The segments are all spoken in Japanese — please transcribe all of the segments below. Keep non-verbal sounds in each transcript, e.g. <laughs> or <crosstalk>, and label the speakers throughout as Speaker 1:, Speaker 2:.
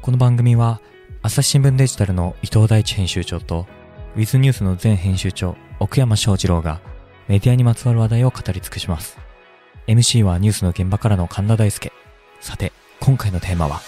Speaker 1: この番組は朝日新聞デジタルの伊藤大地編集長とウィズニュースの前編集長奥山翔二郎がメディアにまつわる話題を語り尽くします MC はニュースの現場からの神田大輔さて今回のテーマは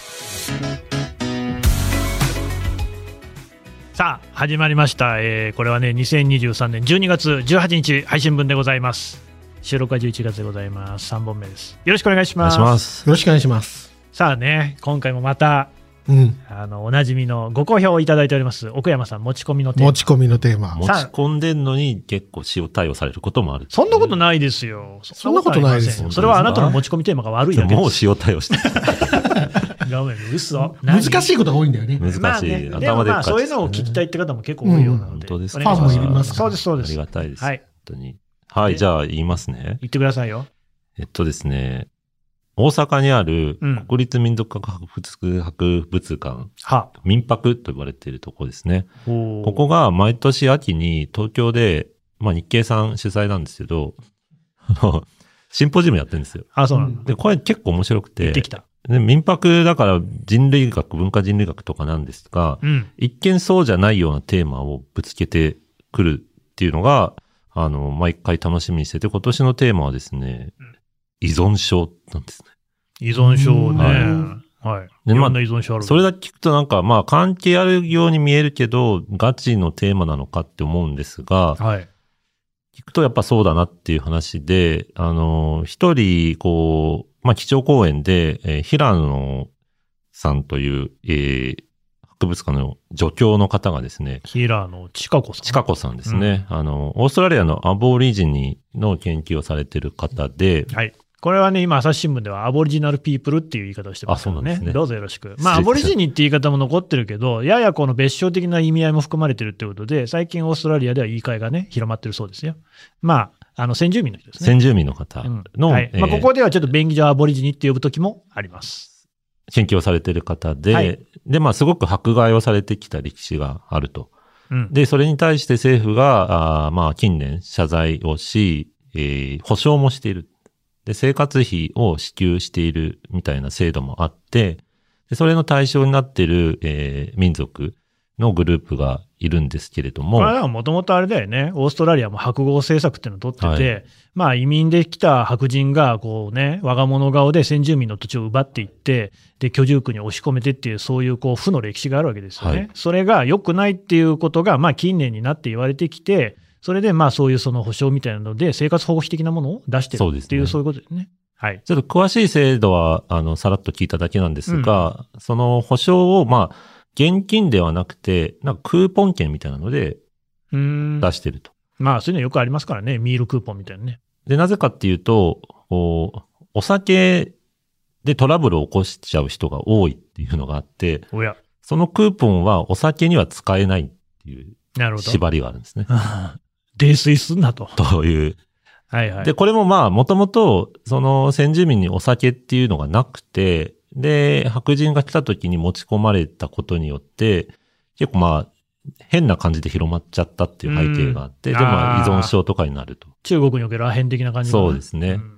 Speaker 2: さあ始まりました、えーこれはね2023年12月18日配信分でございます収録は11月でございます3本目ですよろしくお願いします
Speaker 3: す。
Speaker 4: よろしくお願いします。
Speaker 2: さあね今回もまた
Speaker 4: うん。
Speaker 2: あのおなじみのご好評をいただいております奥山さん持ち込みのテーマ
Speaker 4: 持ち込みのテーマ
Speaker 3: 持。ち込んでんのに結構塩対応されることもある。
Speaker 2: そんなことないですよそ
Speaker 4: んなことないです
Speaker 2: そんなことありませんそれはあなたの持ち込みテーマが悪い
Speaker 3: で
Speaker 2: だけ
Speaker 3: もも
Speaker 2: で
Speaker 3: う
Speaker 2: す
Speaker 3: 塩対応してる
Speaker 2: ダメ嘘
Speaker 4: 難し
Speaker 2: い
Speaker 4: いことが多いんだよね。
Speaker 3: <laughs> 難しい。
Speaker 2: まあね、でも
Speaker 3: 頭で
Speaker 2: まあ
Speaker 3: っかち
Speaker 2: そういうのを聞きたいって方も結構多いようなの
Speaker 3: 本
Speaker 2: で、
Speaker 3: 当です
Speaker 2: お
Speaker 3: か。
Speaker 2: 願いし
Speaker 4: ファンもいますか
Speaker 2: そう
Speaker 4: ら
Speaker 2: ですそうで
Speaker 3: あり
Speaker 2: す
Speaker 3: がたいです。
Speaker 2: はい
Speaker 3: 本当に。はい、じゃあ言いますね。
Speaker 2: 言ってくださいよ
Speaker 3: えっとですね、大阪にある
Speaker 2: うん
Speaker 3: 国立民族学博物館、
Speaker 2: は
Speaker 3: 民泊と呼ばれているところですね。
Speaker 2: こ
Speaker 3: ここが毎年秋に東京で、まあ日経さん主催なんですけど、あのシンポジウムやってるんですよ。
Speaker 2: あそうなんだ、
Speaker 3: で、これ結構面白くて。
Speaker 2: 行ってきた
Speaker 3: で民泊だから人類学、文化人類学とかなんですが、
Speaker 2: うん
Speaker 3: 一見そうじゃないようなテーマをぶつけてくるっていうのが、あの、毎回楽しみにしてて、今年のテーマはですね
Speaker 2: うん、
Speaker 3: 依存症なんですね。
Speaker 2: 依存症ね。
Speaker 4: うん
Speaker 2: はい。
Speaker 3: で
Speaker 2: いろん
Speaker 3: ま
Speaker 2: な依存症ある。
Speaker 3: それだけ聞くとなんか、まあ関係あるように見えるけど、ガチのテーマなのかって思うんですが、
Speaker 2: はい。
Speaker 3: 聞くとやっぱそうだなっていう話で、あの、一人、こう、まあ、基調講演で、えー平野さんという、えー博物館の助教の方がですね、
Speaker 2: ヒーラーのチカ子さん。
Speaker 3: チカ子さんですね、あの、オーストラリアのアボリジニの研究をされてる方で、
Speaker 2: はい。これはね、今、朝日新聞ではアボリジナルピープルっていう言い方をしてますから
Speaker 3: あそうなんですね
Speaker 2: どうぞよろしく。まあ、
Speaker 3: 失
Speaker 2: ア
Speaker 3: 礼
Speaker 2: ボリジニって言い方も残ってるけど、ややこの別称的な意味合いも含まれてるってことで、最近オーストラリアでは言い換えがね、広まってるそうですよ。まあ、あの、先住民の人ですね。
Speaker 3: 先住民の方の、
Speaker 2: うんはいまあ、
Speaker 3: えー
Speaker 2: ここではちょっと便宜上アボリジニって呼ぶ時もあります。
Speaker 3: 研究をされてる方で、
Speaker 2: はい
Speaker 3: で、まあ、すごく迫害をされてきた歴史があると。
Speaker 2: うん。
Speaker 3: で、それに対して政府が、あーまあ、近年謝罪をし、えー保証もしている。で、生活費を支給しているみたいな制度もあって、でそれの対象になっている、えー民族のグループがいるんですけれども、
Speaker 2: これはもともとあれだよね、オーストラリアも白豪政策っていうのを取ってて、まあ移民で来た白人が、こうね、我が物顔で先住民の土地を奪っていって、で、居住区に押し込めてっていう、そういうこう、負の歴史があるわけですよね。
Speaker 3: はい
Speaker 2: それが良くないっていうことが、まあ近年になって言われてきて、それでまあそういうその保障みたいなので、生活保護費的なものを出してる
Speaker 3: そうですね
Speaker 2: っていう、そういうことですね。はい。
Speaker 3: ちょっと詳しい制度は、あの、さらっと聞いただけなんですが、その保証を、まあ、現金ではなくて、なんかクーポン券みたいなので
Speaker 2: うーん。
Speaker 3: 出してると。
Speaker 2: まあそういうのよくありますからね、ミールクーポンみたいなね。
Speaker 3: で、なぜかっていうと、こう、お酒でトラブルを起こしちゃう人が多いっていうのがあって、
Speaker 2: おや、
Speaker 3: そのクーポンはお酒には使えないっていう
Speaker 2: なるほど。
Speaker 3: 縛りがあるんですね。
Speaker 2: 泥酔すんなと。
Speaker 3: という。
Speaker 2: はいはい。
Speaker 3: で、これもまあ、もともと、その先住民にお酒っていうのがなくて、で、白人が来た時に持ち込まれたことによって、結構まあ、変な感じで広まっちゃったっていう背景があって、
Speaker 2: うん
Speaker 3: で、まあ、
Speaker 2: あ
Speaker 3: 依
Speaker 2: ー
Speaker 3: 存症とかになると。
Speaker 2: 中国におけるアヘン的な感じかな
Speaker 3: そうですね
Speaker 2: ん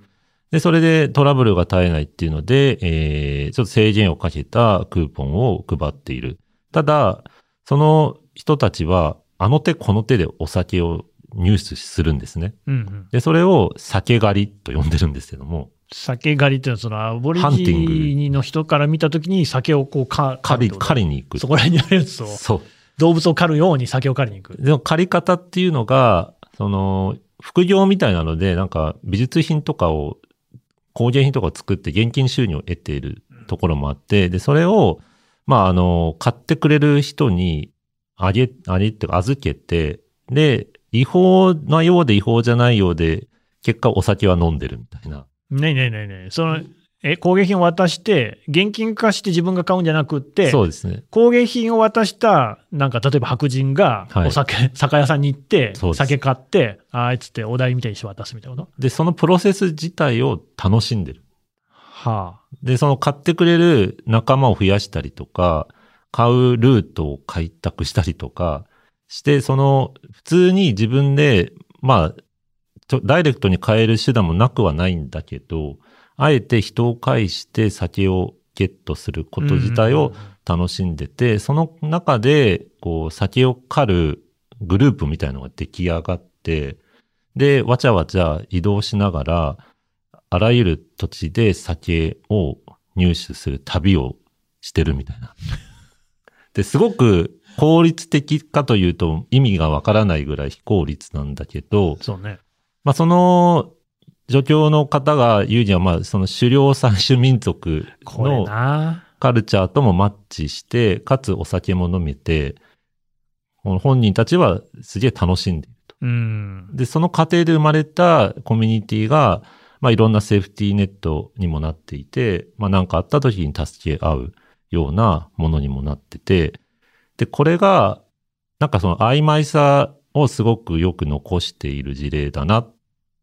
Speaker 3: で、それでトラブルが絶えないっていうので、えー、ちょっと制限をかけたクーポンを配っている。ただ、その人たちは、あの手この手でお酒を入手するんですね。
Speaker 2: うんうん、
Speaker 3: で、それを酒狩りと呼んでるんですけども、
Speaker 2: 酒狩りっていうのは、そのアボリ
Speaker 3: ハンテ
Speaker 2: ジ
Speaker 3: ィン
Speaker 2: ニの人から見たときに酒をこうか
Speaker 3: 狩
Speaker 2: るっ
Speaker 3: り、
Speaker 2: てこと
Speaker 3: 狩りに行く。
Speaker 2: そこら辺にあるやつを、
Speaker 3: そう。
Speaker 2: 動物を狩るように酒を狩りに行く。
Speaker 3: でも借り方っていうのが、その、副業みたいなので、なんか美術品とかを、工芸品とかを作って現金収入を得ているところもあって、で、それを、まあ、あの、買ってくれる人に、あげ、あげっていうか預けて、で、違法なようで違法じゃないようで、結果お酒は飲んでるみたいな。
Speaker 2: ねえねえねえねえ、その、え、工芸品を渡して、現金化して自分が買うんじゃなくって、
Speaker 3: そうですね。
Speaker 2: 工芸品を渡した、なんか例えば白人が、
Speaker 3: はい
Speaker 2: お酒、酒屋さんに行って
Speaker 3: そうで、す
Speaker 2: 酒買って、あいつってお代みたいにして渡すみたいなこと
Speaker 3: で、そのプロセス自体を楽しんでる。
Speaker 2: は
Speaker 3: で、その買ってくれる仲間を増やしたりとか、買うルートを開拓したりとかして、その、普通に自分で、まあ、ちょダイレクトに買える手段もなくはないんだけど、あえて人を介して酒をゲットする
Speaker 2: あ。
Speaker 3: こと自体
Speaker 2: うん
Speaker 3: を
Speaker 2: うんうん
Speaker 3: 楽しんでて、その中で、こう、酒を狩るグループみたいのが出来上がって、で、わちゃわちゃ移動しながら、あらゆる土地で酒を入手する旅をしてるみたいな。 <laughs> で、すごく効率的かというと意味がわからないぐらい非効率なんだけど、
Speaker 2: そうね。
Speaker 3: まあ、その、助教の方が言うには、まあ、その狩猟三種民族
Speaker 2: これ
Speaker 3: の
Speaker 2: な。
Speaker 3: カルチャーともマッチして、かつお酒も飲めて、この本人たちはすげえ楽しんでいると。
Speaker 2: うん。
Speaker 3: で、その過程で生まれたコミュニティが、まあ、いろんなセーフティーネットにもなっていて、まあ、なんかあった時に助け合うようなものにもなってて、で、これが、なんかその曖昧さをすごくよく残している事例だなっ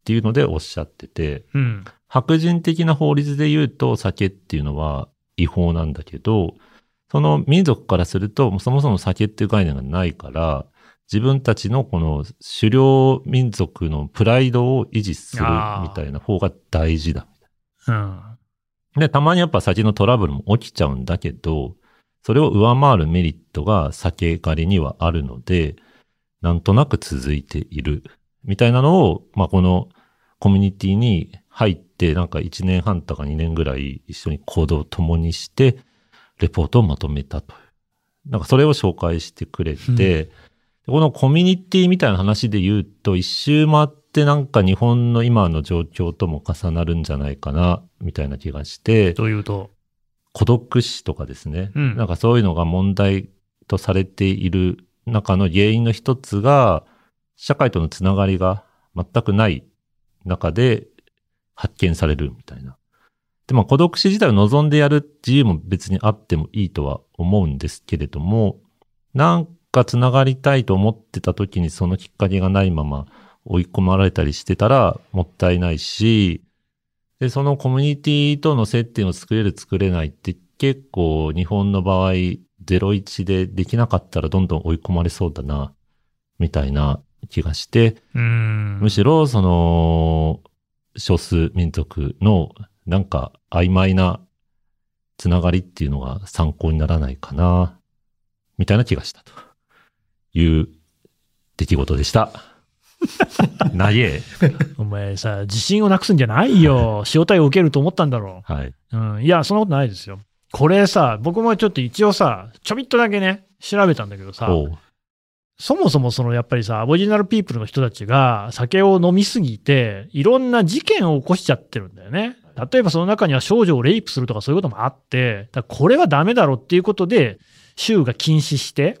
Speaker 3: ていうのでおっしゃってて、
Speaker 2: うん。
Speaker 3: 白人的な法律で言うと酒っていうのは違法なんだけど、その民族からすると、もうそもそも酒っていう概念がないから、自分たちのこの狩猟民族のプライドを維持するみたいな方が大事だ。
Speaker 2: うん。
Speaker 3: で、たまにやっぱ酒のトラブルも起きちゃうんだけど、それを上回るメリットが酒狩りにはあるので、なんとなく続いている。みたいなのを、まあ、このコミュニティに入って、なんか1年半とか2年ぐらい一緒に行動を共にして、レポートをまとめたという。なんかそれを紹介してくれて、
Speaker 2: うん
Speaker 3: でこのコミュニティみたいな話で言うと、一周回ってなんか日本の今の状況とも重なるんじゃないかな、みたいな気がして、
Speaker 2: というと、
Speaker 3: 孤独死とかですね、
Speaker 2: うん
Speaker 3: なんかそういうのが問題とされている中の原因の一つが、社会とのつながりが全くない中で発見されるみたいな。で、まあ孤独死自体を望んでやる自由も別にあってもいいとは思うんですけれども、なんかつながりたいと思ってた時にそのきっかけがないまま追い込まれたりしてたらもったいないし、で、そのコミュニティとの接点を作れる作れないって結構日本の場合01でできなかったらどんどん追い込まれそうだな、みたいな気がして、
Speaker 2: うん。
Speaker 3: むしろその少数民族のなんか曖昧なつながりっていうのが参考にならないかな、みたいな気がしたという出来事でした。なげえ。
Speaker 2: お前さ、自信をなくすんじゃないよ。塩対を受けると思ったんだろ
Speaker 3: はい。
Speaker 2: う。うん。いや、そんなことないですよ。これさ、僕もちょっと一応さ、ちょびっとだけね、調べたんだけどさ、
Speaker 3: おう
Speaker 2: そもそもそのやっぱりさ、アボリジナルピープルの人たちが酒を飲みすぎて、いろんな事件を起こしちゃってるんだよね。例えばその中には少女をレイプするとかそういうこともあって、だからこれはダメだろっていうことで、州が禁止して、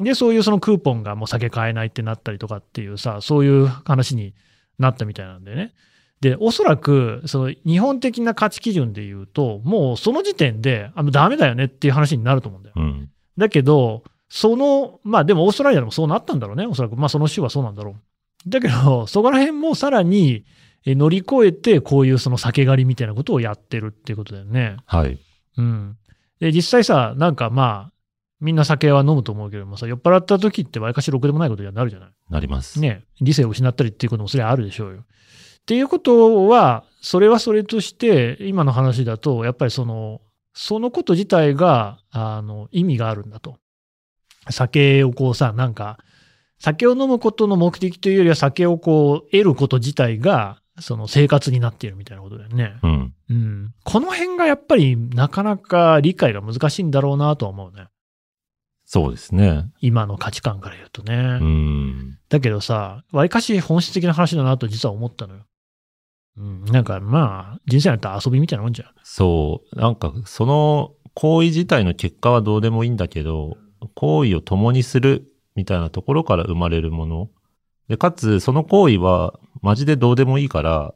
Speaker 2: で、そういうそのクーポンがもう酒買えないってなったりとかっていうさ、そういう話になったみたいなんだよね。で、おそらく、その日本的な価値基準で言うと、もうその時点で、あのダメだよねっていう話になると思うんだよ。
Speaker 3: うん。
Speaker 2: だけど、その、まあでもオーストラリアでもそうなったんだろうね、おそらく。まあその州はそうなんだろう。だけど、そこら辺もさらにえ乗り越えて、こういうその酒狩りみたいなことをやってるっていうことだよね。
Speaker 3: はい。
Speaker 2: うん。で、実際さ、なんかまあ、みんな酒は飲むと思うけどもさ、酔っ払った時ってわりかしろくでもないことにはなるじゃない。
Speaker 3: なります。
Speaker 2: ね、理性を失ったりっていうこともそれはあるでしょうよ。っていうことは、それはそれとして、今の話だと、やっぱりその、そのこと自体が、あの、意味があるんだと。酒をこうさ、なんか、酒を飲むことの目的というよりは、酒をこう、得ること自体が、その生活になっているみたいなことだよね。
Speaker 3: うん。
Speaker 2: うん。この辺がやっぱり、なかなか理解が難しいんだろうなとは思うね。
Speaker 3: そうですね。
Speaker 2: 今の価値観から言うとね。
Speaker 3: うん。
Speaker 2: だけどさ、わりかし本質的な話だなと実は思ったのよ。うん、なんかまあ、人生なんて遊びみたいなもんじゃん。
Speaker 3: そう。なんか、その行為自体の結果はどうでもいいんだけど、行為を共にするみたいなところから生まれるもの。で、かつ、その行為はマジでどうでもいいから、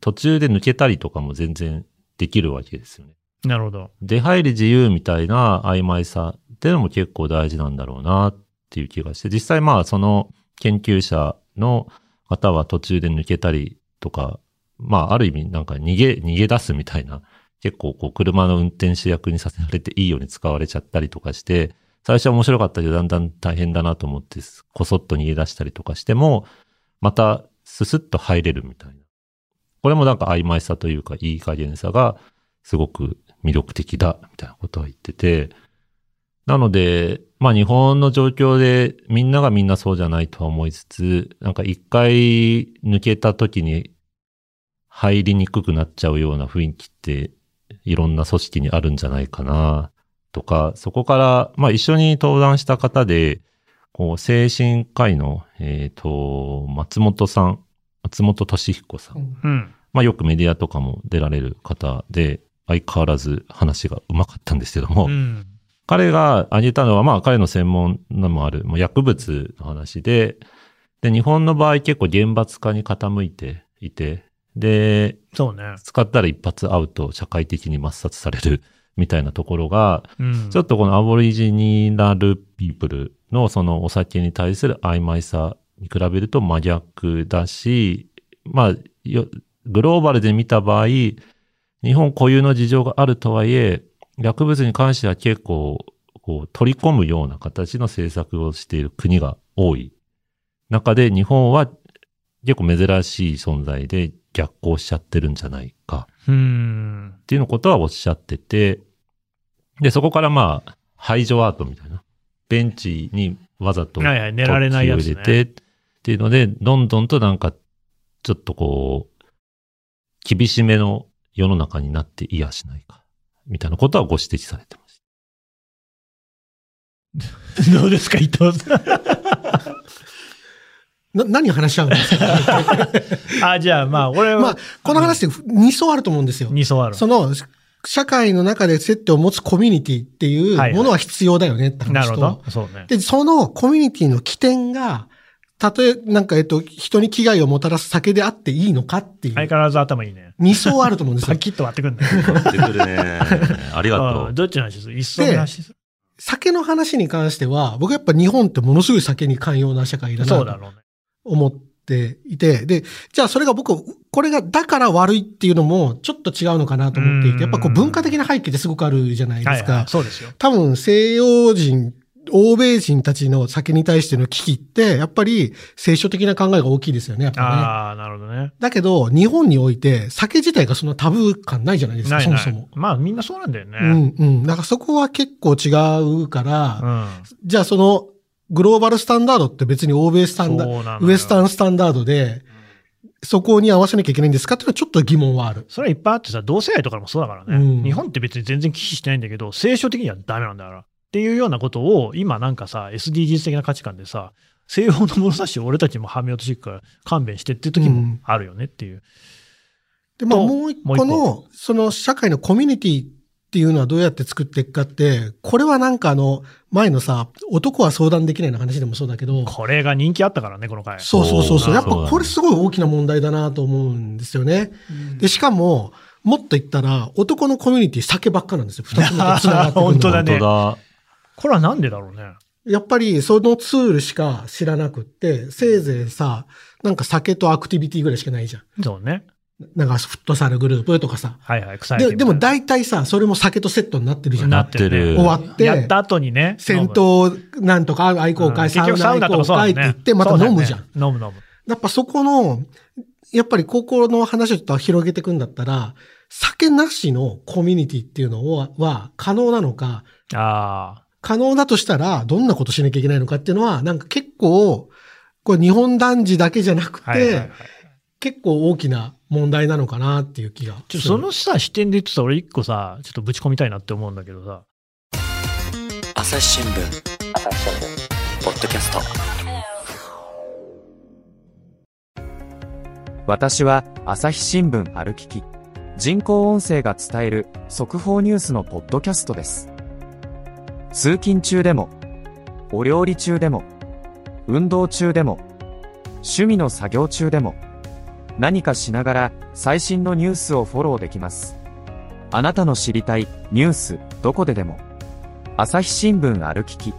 Speaker 3: 途中で抜けたりとかも全然できるわけですよね。
Speaker 2: なるほど。
Speaker 3: 出入り自由みたいな曖昧さっていうのも結構大事なんだろうなっていう気がして、実際まあその研究者の方は途中で抜けたりとか、まあある意味なんか逃げ、逃げ出すみたいな、結構こう車の運転手役にさせられていいように使われちゃったりとかして、最初は面白かったけどだんだん大変だなと思って、こそっと逃げ出したりとかしても、またススッと入れるみたいな。これもなんか曖昧さというかいい加減さがすごく魅力的だみたいなことを言ってて、なので、まあ日本の状況でみんながみんなそうじゃないとは思いつつ、なんか一回抜けた時に入りにくくなっちゃうような雰囲気っていろんな組織にあるんじゃないかなとか、そこから、まあ一緒に登壇した方で、こう精神科医の、えっ、と、松本さん、松本敏彦さん
Speaker 2: うん。
Speaker 3: まあよくメディアとかも出られる方で、相変わらず話がうまかったんですけども、
Speaker 2: うん。
Speaker 3: 彼が挙げたのは、まあ彼の専門のもある、もう薬物の話で、で、日本の場合結構厳罰化に傾いていて、で、
Speaker 2: そうね。
Speaker 3: 使ったら一発アウト、社会的に抹殺されるみたいなところが、
Speaker 2: うん。
Speaker 3: ちょっとこのアボリジニナルピープルのそのお酒に対する曖昧さに比べると真逆だし、まあ、よグローバルで見た場合、日本固有の事情があるとはいえ、薬物に関しては結構、こう、取り込むような形の政策をしている国が多い中で、日本は結構珍しい存在で逆行しちゃってるんじゃないか。
Speaker 2: うん。
Speaker 3: っていうのことはおっしゃってて、で、そこからまあ、排除アートみたいな。ベンチにわざと
Speaker 2: はいはい、寝られないやつ、
Speaker 3: 突
Speaker 2: ね。
Speaker 3: 起を入れてっていうので、どんどんとなんか、ちょっとこう、厳しめの世の中になっていやしないか。みたいなことはご指摘されてまし
Speaker 2: どうですか、伊藤さん。
Speaker 4: な、何話し合うんです <laughs> か
Speaker 2: <laughs> あ、じゃあまあ、俺は、
Speaker 4: まあ、この話って2層あると思うんですよ。
Speaker 2: 二層ある。
Speaker 4: その、社会の中で接点を持つコミュニティってい
Speaker 2: はいはいう
Speaker 4: ものは必要だよねって話と。
Speaker 2: なるほど。そうね。
Speaker 4: で、そのコミュニティの起点が、たとえ、なんか、えっと、人に危害をもたらす酒であっていいのかってい
Speaker 2: 相
Speaker 4: う、
Speaker 2: 変わらず頭いいね。
Speaker 4: 二層あると思うんです
Speaker 2: パ
Speaker 4: よ。
Speaker 2: キッと割ってくんだよ。
Speaker 3: た。ってくるね。 <laughs> ありがと
Speaker 2: うん
Speaker 3: う。
Speaker 2: どっちの話する一層の話す
Speaker 4: 酒の話に関しては、僕やっぱ日本ってものすごい酒に寛容な社会だ
Speaker 2: る。
Speaker 4: な
Speaker 2: そうだ
Speaker 4: と
Speaker 2: ろうね。
Speaker 4: 思っていて、で、じゃあそれが僕、これがだから悪いっていうのもちょっと違うのかなと思っていて、やっぱこう文化的な背景ってすごくあるじゃないで
Speaker 2: は
Speaker 4: す
Speaker 2: い、は
Speaker 4: か
Speaker 2: い。。そうですよ。
Speaker 4: 多分西洋人、欧米人たちの酒に対しての危機って、やっぱり聖書的な考えが大きいですよね、やっぱね。
Speaker 2: ああ、なるほどね。
Speaker 4: だけど、日本において、酒自体がそんなタブー感ないじゃないですか、
Speaker 2: ないない
Speaker 4: そも
Speaker 2: まあ、みんなそうなんだよね。
Speaker 4: そも。うんうん。だからそこは結構違うから、
Speaker 2: うん
Speaker 4: じゃあその、グローバルスタンダードって別に欧米スタンダ
Speaker 2: そうなのよ
Speaker 4: ウエスタンスタンダードで、そこに合わせなきゃいけないんですかっていうのはちょっと疑問はある。
Speaker 2: それはいっぱいあってさ、同性愛とかでもそうだからね、
Speaker 4: うん
Speaker 2: 日本って別に全然忌避してないんだけど、聖書的にはダメなんだから。っていうようなことを、今なんかさ、SDGs 的な価値観でさ、西洋の物差しを俺たちもはめようとしてるから勘弁してっていう時もあるよねっていう。
Speaker 4: で、まあ
Speaker 2: と
Speaker 4: もう一個
Speaker 2: も
Speaker 4: の、その社会のコミュニティっていうのはどうやって作っていくかって、これはなんかあの、前のさ、男は相談できないの話でもそうだけど、
Speaker 2: これが人気あったからね、この回。
Speaker 4: そうそうそう
Speaker 2: そ
Speaker 4: そうう。
Speaker 2: な
Speaker 4: や
Speaker 2: ん
Speaker 4: っ
Speaker 2: だ
Speaker 4: ぱこれすごい大きな問題だなと思うんですよね。で、しかも、もっと言ったら、男のコミュニティ酒ばっかなんですよ。二つ目と繋がってくるの
Speaker 2: <laughs> 本当だね
Speaker 3: 本当
Speaker 2: これはなんでだろうね。
Speaker 4: やっぱりそのツールしか知らなくって、せいぜいさ、なんか酒とアクティビティぐらいしかないじゃん。
Speaker 2: そうね。
Speaker 4: なんかフットサルグループとかさ。
Speaker 2: はいはい、臭い。
Speaker 4: で、でも大体さ、それも酒とセットになってるじゃん。
Speaker 2: な
Speaker 3: な
Speaker 2: っ
Speaker 3: ってて
Speaker 2: る
Speaker 3: る。
Speaker 4: 終わって、
Speaker 2: やった後にね。
Speaker 4: 戦闘なんとか愛好
Speaker 2: うん
Speaker 4: 会、
Speaker 2: 結
Speaker 4: サウ
Speaker 2: 局
Speaker 4: ナ
Speaker 2: サウ
Speaker 4: 愛
Speaker 2: ナとか
Speaker 4: 好
Speaker 2: そうだ
Speaker 4: 会
Speaker 2: ね
Speaker 4: って言って、また飲むじゃん。
Speaker 2: そうだよね飲む飲む。
Speaker 4: やっぱそこの、やっぱり高校の話をちょっと広げていくんだったら、酒なしのコミュニティっていうのはは可能なのか、
Speaker 2: あ
Speaker 4: 可能だとしたらどんなことしなきゃいけないのかっていうのは、なんか結構、これ日本男児だけじゃなくて、
Speaker 2: あ。はいはいはい。
Speaker 4: 結構大きな問題なのかなっていう気が。
Speaker 2: ちょそのさ、視点で言ってさ、俺一個さ、ちょっとぶち込みたいなって思うんだけどさ、
Speaker 1: 朝日新聞ポッドキャスト
Speaker 5: 私は朝日新聞歩きき人工音声が伝える速報ニュースのポッドキャストです通勤中でもお料理中でも運動中でも趣味の作業中でも何かしながら最新のニュースをフォローできますあなたの知りたいニュースどこででも朝日新聞歩きき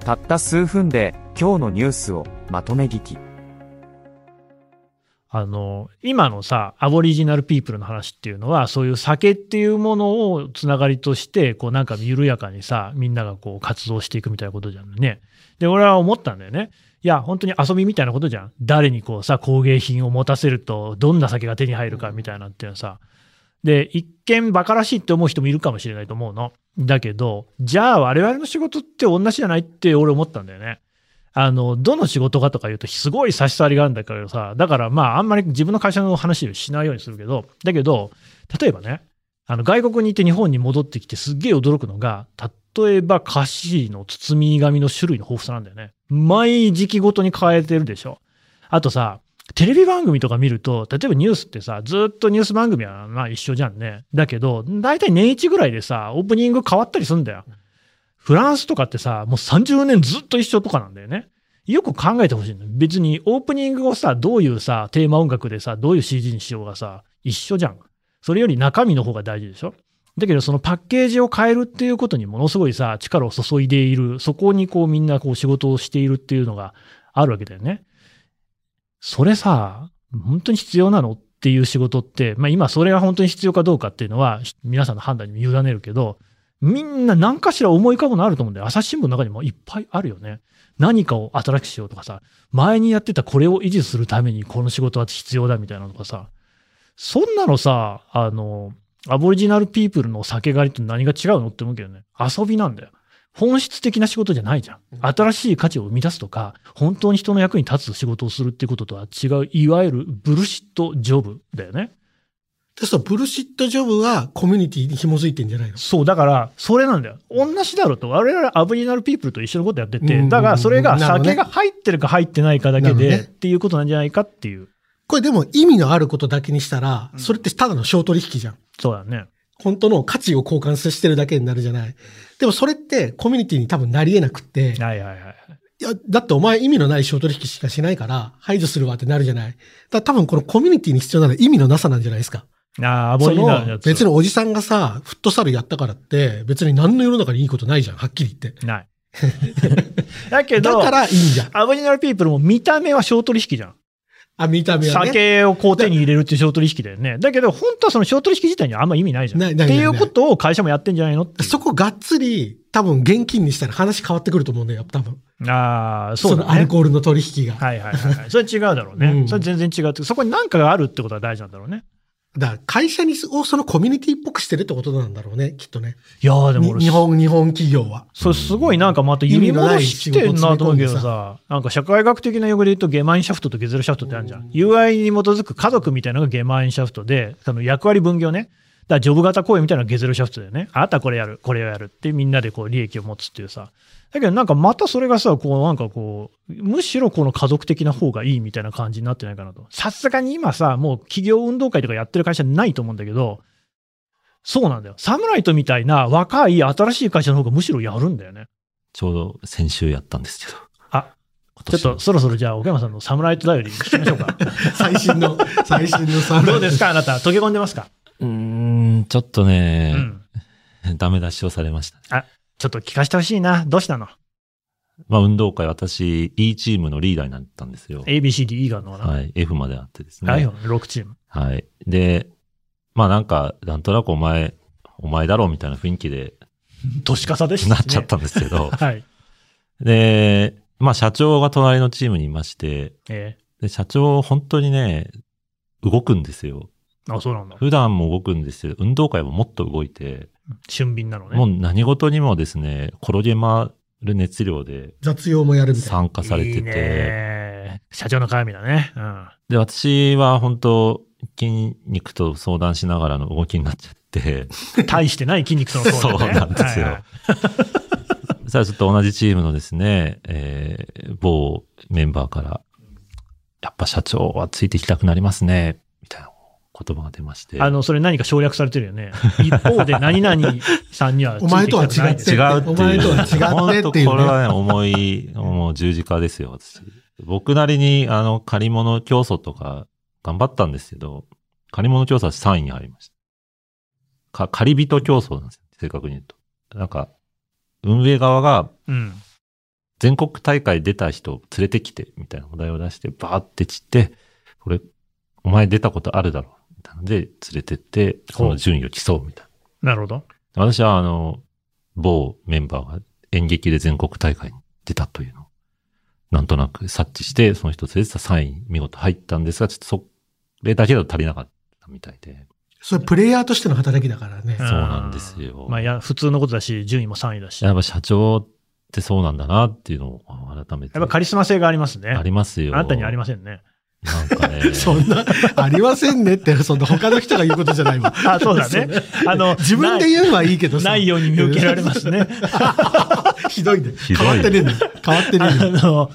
Speaker 5: たった数分で今日のニュースをまとめ聞き
Speaker 2: あの、今のさ、アボリジナルピープルの話っていうのは、そういう酒っていうものをつながりとして、こうなんか緩やかにさ、みんながこう活動していくみたいなことじゃんね。で、俺は思ったんだよね。いや、本当に遊びみたいなことじゃん。誰にこうさ、工芸品を持たせると、どんな酒が手に入るかみたいなっていうのさ。で、一見馬鹿らしいって思う人もいるかもしれないと思うの。だけど、じゃあ我々の仕事って同じじゃないって俺思ったんだよね。あの、どの仕事かとか言うと、すごい差し障りがあるんだけどさ、だからまあ、あんまり自分の会社の話をしないようにするけど、だけど、例えばね、あの外国に行って日本に戻ってきてすっげえ驚くのが、例えば菓子の包み紙の種類の豊富さなんだよね。毎時期ごとに変えてるでしょ。あとさ、テレビ番組とか見ると、例えばニュースってさ、ずっとニュース番組はまあ一緒じゃんね。だけど、大体年一ぐらいでさ、オープニング変わったりするんだよ。フランスとかってさ、もう30年ずっと一緒とかなんだよね。よく考えてほしいの。別にオープニングをさ、どういうさ、テーマ音楽でさ、どういう CG にしようがさ、一緒じゃん。それより中身の方が大事でしょだけどそのパッケージを変えるっていうことにものすごいさ、力を注いでいる。そこにこうみんなこう仕事をしているっていうのがあるわけだよね。それさ、本当に必要なのっていう仕事って、まあ今それが本当に必要かどうかっていうのは皆さんの判断に委ねるけど、みんな何かしら思い浮かぶのあると思うんだよ。朝日新聞の中にもいっぱいあるよね。何かを新しくしようとかさ、前にやってたこれを維持するためにこの仕事は必要だみたいなのとかさ、そんなのさ、あの、アボリジナルピープルの酒狩りと何が違うのって思うけどね、遊びなんだよ。本質的な仕事じゃないじゃん。新しい価値を生み出すとか、本当に人の役に立つ仕事をするってこととは違う、いわゆるブルシットジョブだよね。
Speaker 4: で、そのブルシットジョブはコミュニティに紐づいてんじゃないの
Speaker 2: そう、だから、それなんだよ。同じだろうと。我々アブリジナルピープルと一緒のことやってて、だからそれが
Speaker 4: なるほどね
Speaker 2: 酒が入ってるか入ってないかだけ
Speaker 4: なるほ
Speaker 2: で、
Speaker 4: どね
Speaker 2: っていうことなんじゃないかっていう。
Speaker 4: これでも意味のあることだけにしたら、それってただの小取引じゃん。
Speaker 2: そうだね。
Speaker 4: 本当の価値を交換してるだけになるじゃない。でもそれってコミュニティに多分なり得なくって、
Speaker 2: はいはいはい。
Speaker 4: いや、だってお前意味のない小取引しかしないから排除するわってなるじゃない。だから多分このコミュニティに必要なのは意味のなさなんじゃないですか。
Speaker 2: ああ、アボ
Speaker 4: そ
Speaker 2: リジナルの
Speaker 4: の
Speaker 2: やつ。
Speaker 4: 別におじさんがさ、フットサルやったからって別に何の世の中にいいことないじゃん、はっきり言って。
Speaker 2: ない。 <laughs> だけ
Speaker 4: だ
Speaker 2: ど、
Speaker 4: からいいんじゃん。
Speaker 2: アボリジナルピープルも見た目は小取引じゃん。
Speaker 4: あ、見た目はね。
Speaker 2: 酒をこう手に入れるっていう小取引だよね。だけど、本当はその小取引自体にはあんま意味ないじゃん。
Speaker 4: ないない
Speaker 2: って
Speaker 4: ない
Speaker 2: い
Speaker 4: ないう
Speaker 2: ことを会社もやってんじゃないのっていう
Speaker 4: そこがっつり多分現金にしたら話変わってくると思うんだよ、多分。
Speaker 2: ああ、そ
Speaker 4: そうの
Speaker 2: だ
Speaker 4: ア
Speaker 2: ね
Speaker 4: ル。コールの取引が。
Speaker 2: はいはいはいはい。それ違うだろうね。
Speaker 4: うん
Speaker 2: それ全然違うって。そこに何かがあるってことは大事なんだろうね。
Speaker 4: だから会社にをそのコミュニティっぽくしてるってことなんだろうね、きっとね。
Speaker 2: いやーでも
Speaker 4: に
Speaker 2: 俺、
Speaker 4: 日本、日本企業は。
Speaker 2: それすごいなんかまた指戻してきてんなと思うけどさ、なんか社会学的な用語で言うとゲマインシャフトとゲゼルシャフトってあるじゃん。UI に基づく家族みたいなのがゲマインシャフトで、その役割分業ね。だからジョブ型行為みたいなのがゲゼルシャフトだよね。あなたこれやる、これをやるってみんなでこう利益を持つっていうさ。だけどなんかまたそれがさ、こうなんかこう、むしろこの家族的な方がいいみたいな感じになってないかなと。さすがに今さ、もう企業運動会とかやってる会社ないと思うんだけど、そうなんだよ。サムライトみたいな若い新しい会社の方がむしろやるんだよね。
Speaker 3: ちょうど先週やったんですけど。
Speaker 2: あ、
Speaker 3: 今
Speaker 2: ちょっ
Speaker 3: 年の
Speaker 2: とそろそろじゃあ、岡山さんのサムライトダイオリー聞きましょう
Speaker 3: <laughs>
Speaker 2: か。
Speaker 4: 最新の、最新のサー
Speaker 2: どうですか、あなた、溶け込んでますか、
Speaker 3: うーん、ちょっと
Speaker 2: う
Speaker 3: ね、
Speaker 2: ん、
Speaker 3: ダメ出しをされました。
Speaker 2: ちょっと聞かせてほしいな、どうしたの
Speaker 3: まあ、運動会、私、E チームのリーダーになったんですよ。
Speaker 2: ?ABCD 以外のな、
Speaker 3: はい。F まであってですね。
Speaker 2: ライオン6チーム。
Speaker 3: はい。で、まあなんか、なんとなくお前、お前だろうみたいな雰囲気で <laughs>
Speaker 2: 年かさでした、ね。
Speaker 3: なっちゃっ。たんですけど、
Speaker 2: はい。
Speaker 3: で、まあ社長が隣のチームにいまして、
Speaker 2: え
Speaker 3: で、社長本当にね、動くんですよ。
Speaker 2: ー、あ、そうなんだ。
Speaker 3: 普段も動くんですけど、運動会ももっと動いて、
Speaker 2: 俊敏なのね。
Speaker 3: もう何事にもですね、転げ回る熱量で
Speaker 4: 雑用もやるみたいな。
Speaker 3: 参加されてて、
Speaker 2: いいね社長の鏡だね。うん。
Speaker 3: で、私は本当筋肉と相談しながらの動きになっちゃって、 <laughs>
Speaker 2: 大してない筋肉との相談、ね、
Speaker 3: そうなんですよ
Speaker 2: はいはい
Speaker 3: さあちょっと同じチームのですね、えー某メンバーから、やっぱ社長はついていきたくなりますね、みたいな言葉が出まして。
Speaker 2: あの、それ何か省略されてるよ
Speaker 3: <laughs>
Speaker 2: ね。一方で何々さんにはついていきたくない
Speaker 4: お前とは違っ
Speaker 3: 違
Speaker 4: て
Speaker 3: うっていう。
Speaker 4: お前とは違ってっていうね
Speaker 3: 本当これはね、重い、もう十字架ですよ、私。僕なりに、あの、借り物競争とか頑張ったんですけど、借り物競争は3位に入りました。か、借り人競争なんですよ、正確に言うと。なんか、運営側が
Speaker 2: うん。
Speaker 3: 全国大会出た人を連れてきて、みたいなお題を出して、バーって散って、これ、お前出たことあるだろう、みたいなので、連れてって、その順位を競うみたい
Speaker 2: なるほど。
Speaker 3: な。私は、あの、某メンバーが演劇で全国大会に出たというのを、なんとなく察知して、その人連れてた3位に見事入ったんですが、ちょっとそれだけだと足りなかったみたいで。
Speaker 4: それプレイヤーとしての働きだからね。
Speaker 3: そうなんですよ
Speaker 2: まあ、いや、普通のことだし、順位も3位だし。
Speaker 3: や
Speaker 2: や
Speaker 3: っぱ社長ってそうなんだなっていうのを改めて。
Speaker 2: っぱカリスマ性がありますね。
Speaker 3: ありますよ。。
Speaker 2: あなたにありますせんね。
Speaker 3: なんかね。
Speaker 2: <laughs>
Speaker 4: そんな、ありませんねって、その他の人が言うことじゃないわ。
Speaker 2: あ、そうだね。あの、
Speaker 4: 自分で
Speaker 2: う
Speaker 4: 言うのはいいけどさ。
Speaker 2: ないように見受けられますね。
Speaker 4: ひどいね。
Speaker 3: ひどい
Speaker 4: 変わってねえんだよ変わってね
Speaker 2: あ
Speaker 4: え
Speaker 2: <laughs>
Speaker 4: んだよ
Speaker 2: の、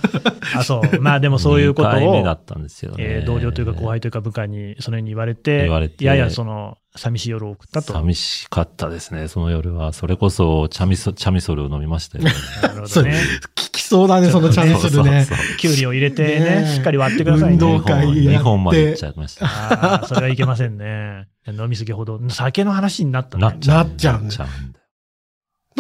Speaker 2: あ、そう。まあでもそういうこと
Speaker 3: 二回目
Speaker 2: を
Speaker 3: だ、ったんですよね。
Speaker 2: えー同僚というか後輩というか部下にそのように言われて、
Speaker 3: 言われて
Speaker 2: ややその、寂しい夜を送ったと。
Speaker 3: 寂しかったですね、その夜は。それこそ、チャミソ、チャミソルを飲みましたよ、ね。
Speaker 2: なるほどね。
Speaker 4: 聞きそうだね、そのチャンスでね
Speaker 3: そう。そう
Speaker 2: 給料入れて
Speaker 4: ね
Speaker 2: ね、
Speaker 4: え
Speaker 2: しっかり割ってください
Speaker 4: 運動
Speaker 2: ね。
Speaker 4: 会やって
Speaker 3: 2本まで行っちゃいました。
Speaker 2: ああ、それはいけませんね。飲みすぎほど。酒の話になったね。
Speaker 3: なっちゃう。
Speaker 4: なっちゃうね
Speaker 3: なっちゃうんだ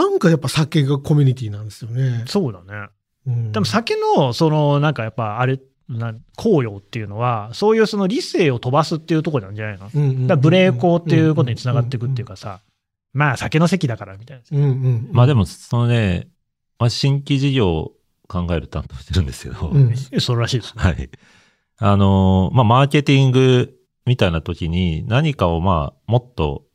Speaker 3: よ
Speaker 4: なんかやっぱ酒がコミュニティなんですよね。
Speaker 2: そうだね。
Speaker 4: うん
Speaker 2: 多分酒の、その、なんかやっぱあれ、な紅葉っていうのは、そういうその理性を飛ばすっていうところなんじゃないのだか
Speaker 4: うんうんうんうん
Speaker 2: ら無礼講っていうことにつながっていくっていうかさ、まあ酒の席だからみたいな。
Speaker 4: うんうん。
Speaker 3: まあで
Speaker 4: も、
Speaker 3: も、そのね、まあ、新規事業を考える担当してるんですけど、
Speaker 4: うん
Speaker 2: そうらしいですね。
Speaker 3: はい。あのー、まあ、マーケティングみたいな時に何かをまあ、もっと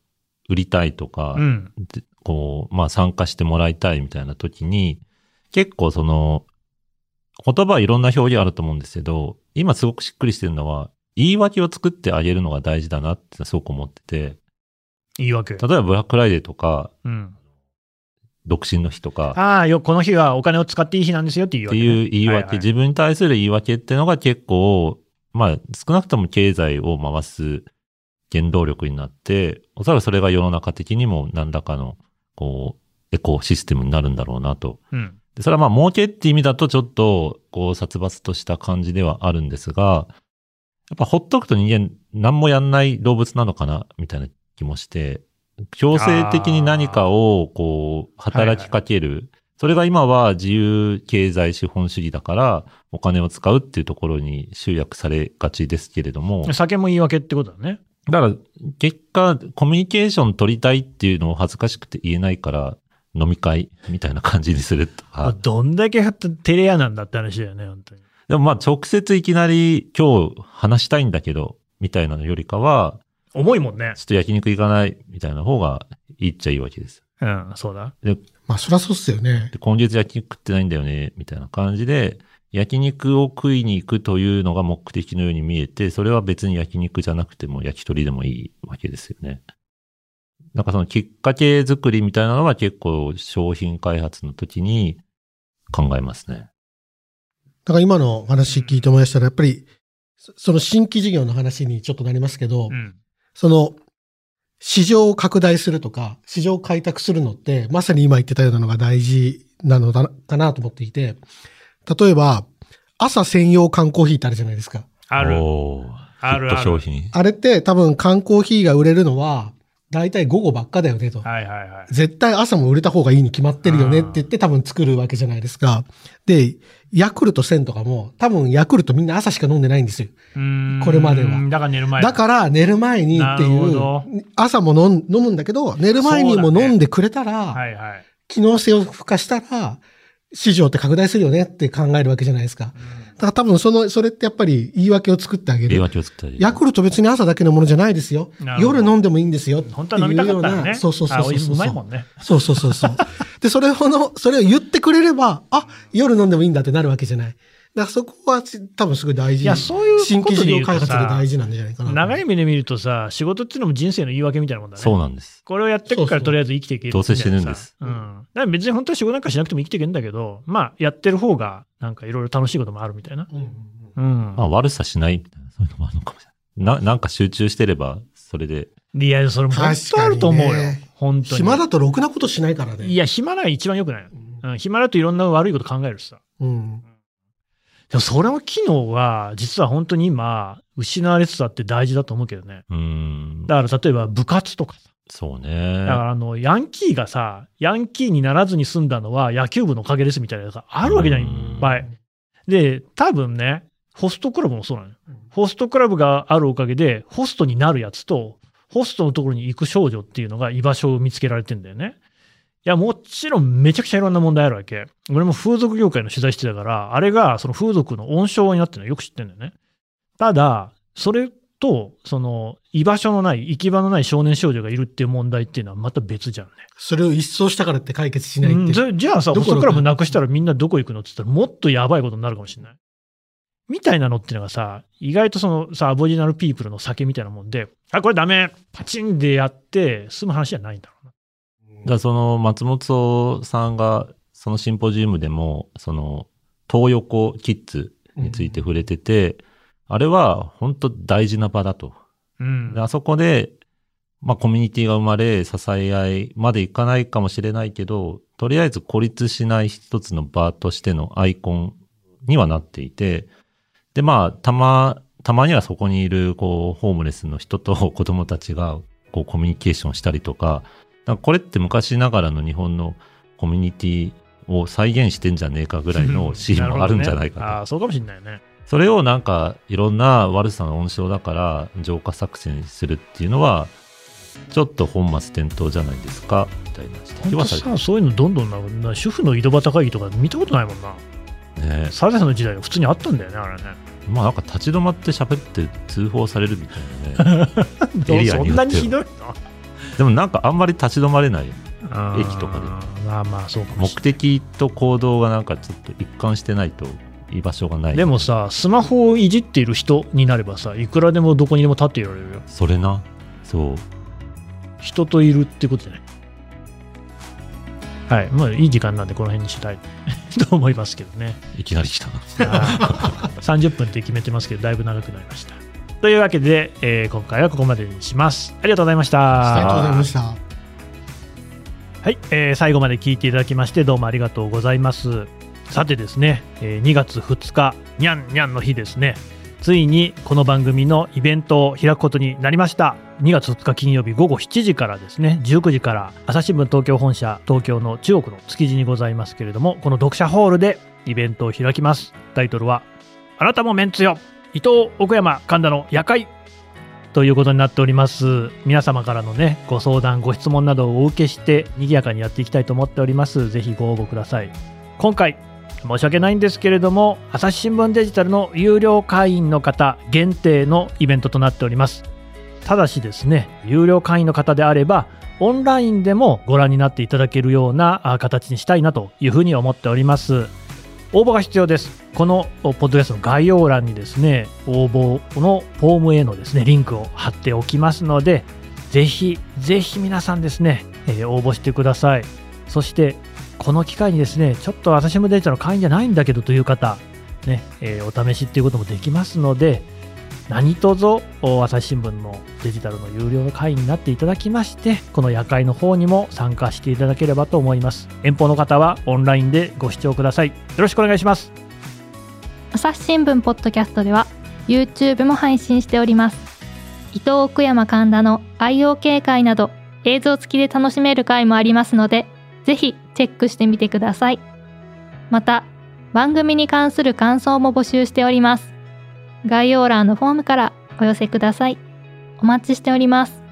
Speaker 3: 売りたいとか、
Speaker 2: うん。
Speaker 3: でこう、まあ、参加してもらいたいみたいな時に、結構その、言葉はいろんな表現あると思うんですけど、今すごくしっくりしてるのは、言い訳を作ってあげるのが大事だなってすごく思ってて、
Speaker 2: 言い訳。
Speaker 3: 例えばブラックフライデーとか、
Speaker 2: うん。
Speaker 3: 独身の日とか、
Speaker 2: ああ、よ、この日はお金を使っていい日なんですよっていう
Speaker 3: っ
Speaker 2: 言
Speaker 3: て
Speaker 2: い
Speaker 3: い
Speaker 2: 訳ね。
Speaker 3: う言い訳、
Speaker 2: はいはい
Speaker 3: 自分に対する言い訳っていうのが結構、まあ、少なくとも経済を回す原動力になって、おそらくそれが世の中的にも何らかの、こう、エコシステムになるんだろうなと
Speaker 2: うん。
Speaker 3: でそれはまあ儲けって意味だとちょっとこう殺伐とした感じではあるんですが、やっぱほっとくと人間何もやんない動物なのかなみたいな気もして、強制的に何かをこう働きかける。それが今は自由経済資本主義だからお金を使うっていうところに集約されがちですけれども。
Speaker 2: 酒も言い訳ってことだね。
Speaker 3: だから、結果、コミュニケーション取りたいっていうのを恥ずかしくて言えないから、飲み会みたいな感じにするとか。
Speaker 2: どんだけ照れ屋なんだって話だよね、本当に。
Speaker 3: でもまあ直接いきなり今日話したいんだけど、みたいなのよりかは、
Speaker 2: 重いもんね
Speaker 3: ちょ。っと焼肉行かないみたいな方がいいっちゃいいわけです。
Speaker 2: うん、そうだ。
Speaker 4: まあそりゃそうっすよね。
Speaker 3: で今月焼肉食ってないんだよね、みたいな感じで、焼肉を食いに行くというのが目的のように見えて、それは別に焼肉じゃなくても焼き鳥でもいいわけですよね。なんかそのきっかけ作りみたいなのは結構商品開発の時に考えますね。
Speaker 4: だから今の話聞いて思い出したら、やっぱり、そその新規事業の話にちょっとなりますけど、
Speaker 2: うん。
Speaker 4: その、市場を拡大するとか、市場を開拓するのって、まさに今言ってたようなのが大事なのだなかなと思っていて、例えば、朝専用缶コーヒーってあるじゃないですか。
Speaker 2: ある。
Speaker 3: おー
Speaker 2: ある
Speaker 3: ヒット
Speaker 2: ある
Speaker 3: 商品。
Speaker 4: あれって多分缶コーヒーが売れるのは、大体午後ばっかだよねと。
Speaker 2: はいはいはい。
Speaker 4: 絶対朝も売れた方がいいに決まってるよねって言って多分作るわけじゃないですか。で、ヤクルト1000とかも多分ヤクルトみんな朝しか飲んでないんですよ。
Speaker 2: うーん
Speaker 4: これまでは
Speaker 2: だから寝る前。
Speaker 4: だから寝る前にって
Speaker 2: なるほ
Speaker 4: い
Speaker 2: ど
Speaker 4: う、朝も飲ん飲むんだけど、寝る前にも飲んでくれたら、
Speaker 2: はいはい。
Speaker 4: 機能性を付加したら、市場って拡大するよねって考えるわけじゃないですか。だから多分その、それってやっぱり言い訳を作ってあげ
Speaker 3: 言い
Speaker 4: る。
Speaker 3: 訳を作ったり。
Speaker 4: ヤクルト別に朝だけのものじゃないですよ
Speaker 2: な。るほど
Speaker 4: 夜飲んでもいいんですよっていうような。
Speaker 2: 本当は飲みたかったらね。
Speaker 4: そうそうそう
Speaker 2: あ
Speaker 4: そ
Speaker 2: お
Speaker 4: う
Speaker 2: い
Speaker 4: そう
Speaker 2: うまいもんね。
Speaker 4: そうそうそうそう。で、それをの、それを言ってくれれば、あ、夜飲んでもいいんだってなるわけじゃない。だからそこはし多分すごい大事。
Speaker 2: いやそういうこと
Speaker 4: 新規事業開発で
Speaker 2: で言うとさ
Speaker 4: 大事なんじゃないかな。
Speaker 2: 長い目で見るとさ、仕事っていうのも人生の言い訳みたいなもんだね。
Speaker 3: そうなんです。
Speaker 2: これをやっていく
Speaker 4: そう
Speaker 2: か
Speaker 4: そ
Speaker 2: ら
Speaker 4: う
Speaker 2: とりあえず生きていける
Speaker 3: どうせしてるんです
Speaker 2: みたいなさうん。だから別に本当は仕事なんかしなくても生きていけるんだけど、まあやってる方がなんかいろいろ楽しいこともあるみたいな。
Speaker 4: うんうんうん
Speaker 2: うん。
Speaker 3: まあ悪さしないみたいな、そういうのもあるのかもしれない。な、なんか集中してれば、それで。
Speaker 2: いや、それも本当あると思うよ
Speaker 4: 確かにね。
Speaker 2: 本当に。
Speaker 4: 暇だとろくなことしないからね。
Speaker 2: いや、暇なら一番良くないよ。うん、暇だといろんな悪いこと考えるしさ。
Speaker 4: うん。
Speaker 2: でもそれの機能は、実は本当に今、失われつつあって大事だと思うけどね。
Speaker 3: うーん。
Speaker 2: だから例えば部活とかさ。
Speaker 3: そう
Speaker 2: だ
Speaker 3: ね。
Speaker 2: からあの、ヤンキーがさ、ヤンキーにならずに済んだのは野球部のおかげですみたいなやつがあるわけじゃない、
Speaker 3: うん
Speaker 2: いっぱい。で、多分ね、ホストクラブもそうなのよ。ホストクラブがあるおかげで、ホストになるやつと、ホストのところに行く少女っていうのが居場所を見つけられてんだよね。いや、もちろんめちゃくちゃいろんな問題あるわけ。俺も風俗業界の取材してたから、あれがその風俗の温床になってるのよく知ってんだよね。ただ、それと、その、居場所のない、行き場のない少年少女がいるっていう問題っていうのはまた別じゃんね。
Speaker 4: それを一掃したからって解決しないって。
Speaker 2: うんじゃじゃあさ、
Speaker 4: ど
Speaker 2: ホ
Speaker 4: こ
Speaker 2: ストクラブなくしたらみんなどこ行くのって言ったらもっとやばいことになるかもしれない。みたいなのってのがさ、意外とそのさ、アボリジナルピープルの酒みたいなもんで、あ、これダメパチンでやって済む話じゃないんだろうな。
Speaker 3: だからその松本さんが、そのシンポジウムでも、その、東横キッズについて触れてて、あれは本当大事な場だと。
Speaker 2: うん
Speaker 3: で。あそこで、まあコミュニティが生まれ、支え合いまでいかないかもしれないけど、とりあえず孤立しない一つの場としてのアイコンにはなっていて、で、まあ、たま、たまにはそこにいる、こう、ホームレスの人と <laughs> 子供たちが、こう、コミュニケーションしたりとか、なんかこれって昔ながらの日本のコミュニティを再現してんじゃねえかぐらいのシーンもあるんじゃない
Speaker 2: なるほ
Speaker 3: かと
Speaker 2: どねああ、そうかもしれないね。
Speaker 3: それをなんかいろんな悪さの温床だから浄化作戦にするっていうのはちょっと本末転倒じゃないですかみたいな
Speaker 2: 本
Speaker 3: 指摘
Speaker 2: 当
Speaker 3: はされて
Speaker 2: さ、そういうのどんどんなな、主婦の井戸端会議とか見たことないもんな。
Speaker 3: ますね。
Speaker 2: サザエさんの時代が普通にあったんだよね、あれね。
Speaker 3: まあなんか立ち止まって喋って通報されるみたいなね。 <laughs> <laughs> エリア
Speaker 2: そ
Speaker 3: に
Speaker 2: ん
Speaker 3: よっては
Speaker 2: なにひどい
Speaker 3: でもなんかあんまり立ち止まれない。
Speaker 2: の
Speaker 3: 駅とかで
Speaker 2: で。まあまあ、そうかも
Speaker 3: 目
Speaker 2: しれない。
Speaker 3: 的と行動がなんかちょっと一貫してないと居場所がない。
Speaker 2: でもさ、スマホをいじっている人になればさ、いくらでもどこにでも立っていられるよ。
Speaker 3: それな。そう。
Speaker 2: 人といるってことじゃない。はい、まあいい時間なんでこの辺にしたい <laughs> と思いますけどね。 <laughs>
Speaker 3: いきなり来たな。
Speaker 2: はい30分って決めてますけど、だいぶ長くなりました。というわけで、えー今回はここまでにします。ありがとうございました。
Speaker 4: ありがとうございました。
Speaker 2: はい、えー最後まで聞いていただきましてどうもありがとうございますさてですね、えー2月2日にゃんにゃんの日ですねついにこの番組のイベントを開くことになりました2月2日金曜日午後7時からですね19時から朝日新聞東京本社東京の中国の築地にございますけれどもこの読者ホールでイベントを開きますタイトルは「あなたもメンツよ伊藤奥山神田の夜会」ということになっております皆様からのねご相談ご質問などをお受けして賑やかにやっていきたいと思っておりますぜひご応募ください今回申し訳ないんですけれども朝日新聞デジタルの有料会員の方限定のイベントとなっておりますただしですね有料会員の方であればオンラインでもご覧になっていただけるようなあ形にしたいなというふうに思っております応募が必要です。このポッドキャストの概要欄にですね、応募のフォームへのですね、リンクを貼っておきますので、ぜひ、ぜひ皆さんですね、えー応募してください。そして、この機会にですね、ちょっと私もデータの会員じゃないんだけどという方、ね、えーお試しっていうこともできますので、何卒お朝日新聞のデジタルの有料の会員になっていただきましてこの夜会の方にも参加していただければと思います遠方の方はオンラインでご視聴くださいよろしくお願いします
Speaker 6: 朝日新聞ポッドキャストでは YouTube も配信しております伊藤奥山神田の IOK 会など映像付きで楽しめる会もありますのでぜひチェックしてみてくださいまた番組に関する感想も募集しております概要欄のフォームからお寄せくださいお待ちしております